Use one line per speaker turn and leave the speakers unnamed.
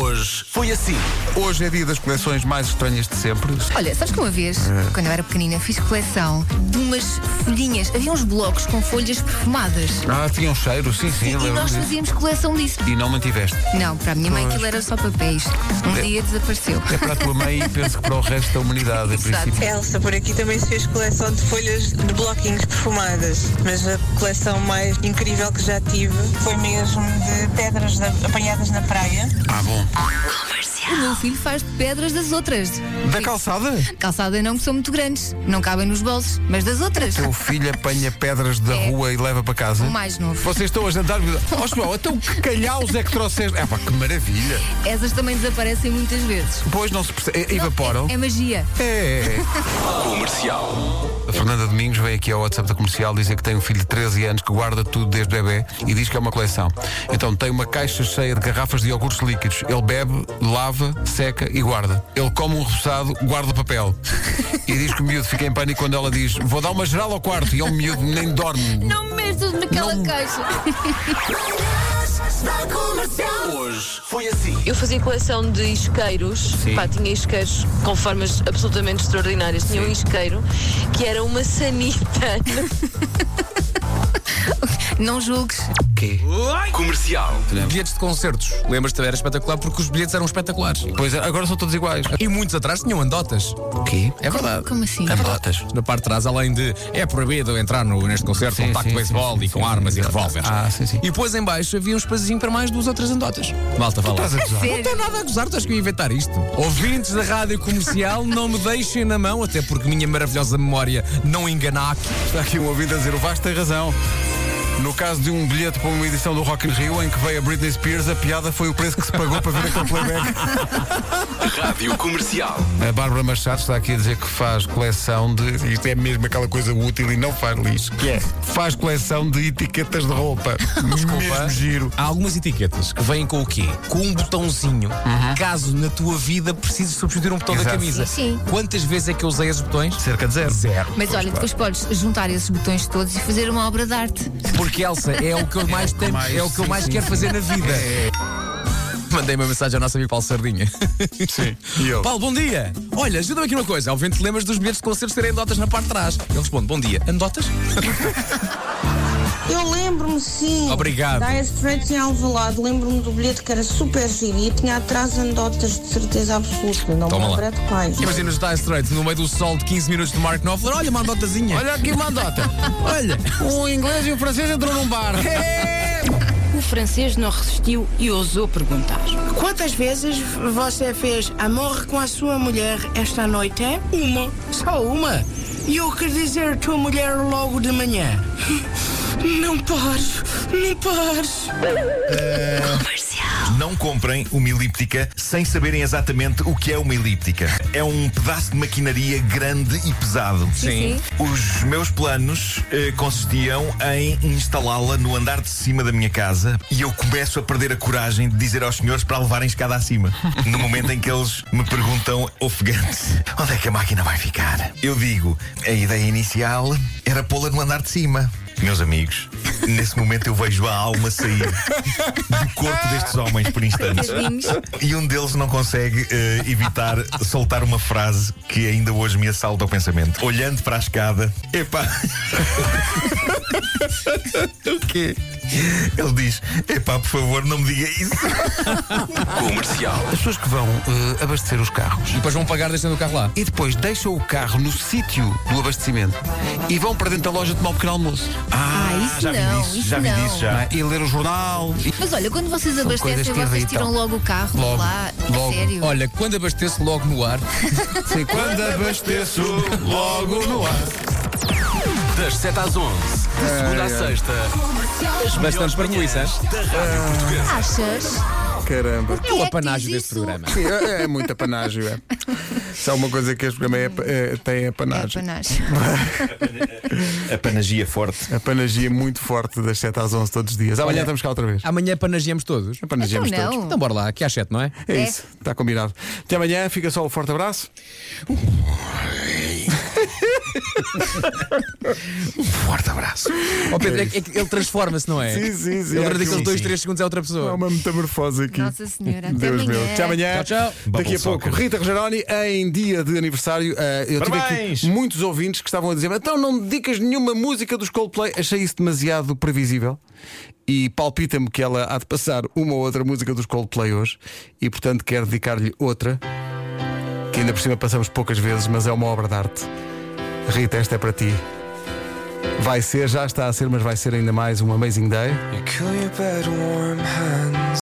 Hoje foi assim. Hoje é dia das coleções mais estranhas de sempre.
Olha, sabes que uma vez, quando eu era pequenina, fiz coleção de umas folhinhas. Havia uns blocos com folhas perfumadas.
Ah, tinha um cheiro, sim, sim.
E nós
lembro-me disso.
fazíamos coleção disso.
E não mantiveste.
Não, para a minha mãe
Pois.
aquilo era só papéis. Um dia desapareceu.
É para a tua mãe e penso que para o resto da humanidade, em
Exato.
princípio.
Elsa, por aqui também se fez coleção de folhas de bloquinhos perfumadas, mas a coleção mais incrível que já tive foi mesmo de pedras da- apanhadas na praia.
Ah, bom.
O meu filho faz de pedras das outras.
Da calçada?
Calçada não, que são muito grandes. Não cabem nos bolsos, mas das outras.
Teu filho apanha pedras da
É.
rua e leva para casa.
O mais novo.
Vocês estão a jantar. Ó, João, então que calhaus é que trouxeste? É pá, que maravilha.
Essas também desaparecem muitas vezes.
Depois não se percebe. é- Evaporam.
É, é magia.
É. Comercial. A Fernanda Domingos veio aqui ao WhatsApp da Comercial dizer que tem um filho de 13 anos que guarda tudo desde bebê e diz que é uma coleção. Então tem uma caixa cheia de garrafas de iogurtes líquidos. Ele bebe, lava, seca e guarda. Ele come um repousado, guarda papel. E diz que o miúdo fica em pânico quando ela diz vou dar uma geral ao quarto e é um miúdo nem dorme.
Não me metas naquela
Não-
caixa.
assim.
Eu fazia coleção de isqueiros, pá, tinha isqueiros com formas absolutamente extraordinárias. Tinha um isqueiro que era uma sanita
Não julgues.
Bilhetes de concertos. Lembras-te, era espetacular porque os bilhetes eram espetaculares.
Pois é, agora são todos iguais.
E muitos atrás tinham andotas.
O quê?
É verdade.
Como assim?
Tá Andotas.
Na parte de trás, além de é proibido entrar no, neste concerto
Sim,
com taco
sim,
de beisebol
sim, sim,
e com
sim,
armas e
exato.
revólveres.
Ah, sim, sim.
E depois em baixo havia um espazinho para mais duas ou três andotas. Malta, fala.
Estás a gozar?
Não estou nada a gozar, tu acho que eu ia inventar isto. Ouvintes da rádio comercial, não me deixem na mão, até porque minha maravilhosa memória não engana aqui.
Está aqui um ouvinte a dizer, o Vasco tem razão. No caso de um bilhete para uma edição do Rock in Rio em que veio a Britney Spears, a piada foi o preço que se pagou para ver aquele playback.
Rádio Comercial.
A Bárbara Machado está aqui a dizer que faz coleção de. Isto é mesmo aquela coisa útil e não faz lixo. Que é? Faz coleção de etiquetas de roupa. Mesmo giro.
Há algumas etiquetas que vêm com o quê? Com um botãozinho, caso na tua vida precises substituir um botão da
Exato.
camisa.
Sim.
Quantas vezes é que eu usei esses botões?
Cerca de zero.
Zero.
Mas olha, depois podes juntar esses botões todos e fazer uma obra de arte.
Porque Elsa é o que eu mais tenho, é o que eu mais quero fazer na vida.
É.
Mandei uma mensagem ao nosso amigo Paulo Sardinha.
Sim. E eu?
Paulo, bom dia! Olha, ajuda-me aqui numa coisa. Ao te lembras dos bilhetes de concertos terem andotas na parte de trás. Ele responde: Bom dia, andotas?
Eu lembro-me sim.
Obrigado.
Da Straits em Alvalade, lembro-me do bilhete que era super giro e tinha atrás anedotas de certeza absoluta, não
Toma
me
lá.
lembro é de quais.
Imagina os Dire Straits no meio do sol de 15 minutos de Mark Knopfler. Olha, uma andotazinha. Olha aqui uma andota. Olha.
O Um inglês e o francês entrou num bar.
O francês não resistiu e ousou perguntar.
Quantas vezes você fez amor com a sua mulher esta noite? Uma. Só uma? E eu quero dizer tua mulher logo de manhã. Não posso, não posso.
Não comprem uma elíptica sem saberem exatamente o que é uma elíptica. É um pedaço de maquinaria grande e pesado.
Sim.
Os meus planos eh, consistiam em instalá-la no andar de cima da minha casa e eu começo a perder a coragem de dizer aos senhores para a levarem escada acima. No momento em que eles me perguntam, ofegantes, onde é que a máquina vai ficar? Eu digo, a ideia inicial era pô-la no andar de cima. Meus amigos, nesse momento eu vejo a alma sair do corpo destes homens por
Tá
instantes.
Tadinhos.
E um deles não consegue eh, evitar soltar uma frase que ainda hoje me assalta ao pensamento. Olhando para a escada, epá. o quê? Ele diz: epá, por favor, não me diga isso.
Comercial.
As pessoas que vão eh, abastecer os carros
E depois vão pagar deixando o carro lá.
e depois deixam o carro no sítio do abastecimento e vão para dentro da loja tomar um pequeno almoço.
Ah, isso
já
não,
vi disso,
isso
já vi
não.
disso, já.
não é? E ler o jornal. E...
Mas olha, quando vocês
coisas que
abastecem, vocês
irritam.
tiram logo o carro
Logo,
lá.
logo.
A sério.
Olha, quando abasteço logo no ar,
Sim, quando abasteço logo no ar.
Das 7 às 11. De segunda à sexta. As melhores
bastante
manhãs
permuiças.
Da Rádio Portuguesa.
Achas?
Caramba.
É o
que
apanágio
diz
deste
isso?
programa.
Sim, é, é muito apanágio, é. Se há uma coisa que este programa é, é, tem é
É
apanágio.
panache.
é A panagia forte.
A panagia é muito forte das 7 às 11 todos os dias. Amanhã
Olha,
estamos cá outra vez.
Amanhã panagiamos todos.
Apanagiamos
Então não.
todos.
Então bora lá, aqui às 7, não é?
É
É.
isso, está combinado. Até amanhã, fica só um forte abraço.
um forte abraço. Ó Pedro, é, que- é que ele transforma-se, não é?
Sim, sim, sim.
Ele
Há aqui
durante aqueles
um-
2, 3 segundos é outra pessoa.
Há uma metamorfose aqui.
Nossa Senhora, até
Deus
amanhã.
meu. Até amanhã.
Tchau, tchau.
Daqui
Bubble
a pouco,
soccer.
Rita Rogeroni, em dia de aniversário. eh, eu
Parabéns!
tive aqui muitos ouvintes que estavam a dizer: então não dedicas nenhuma música dos Coldplay. Achei isso demasiado previsível. E palpita-me que ela há de passar uma ou outra música dos Coldplay hoje. E portanto quero dedicar-lhe outra, que ainda por cima passamos poucas vezes, mas é uma obra de arte. Rita, esta é para ti. Vai ser, já está a ser, mas vai ser ainda mais um Amazing Day.
You kill your bed warm hand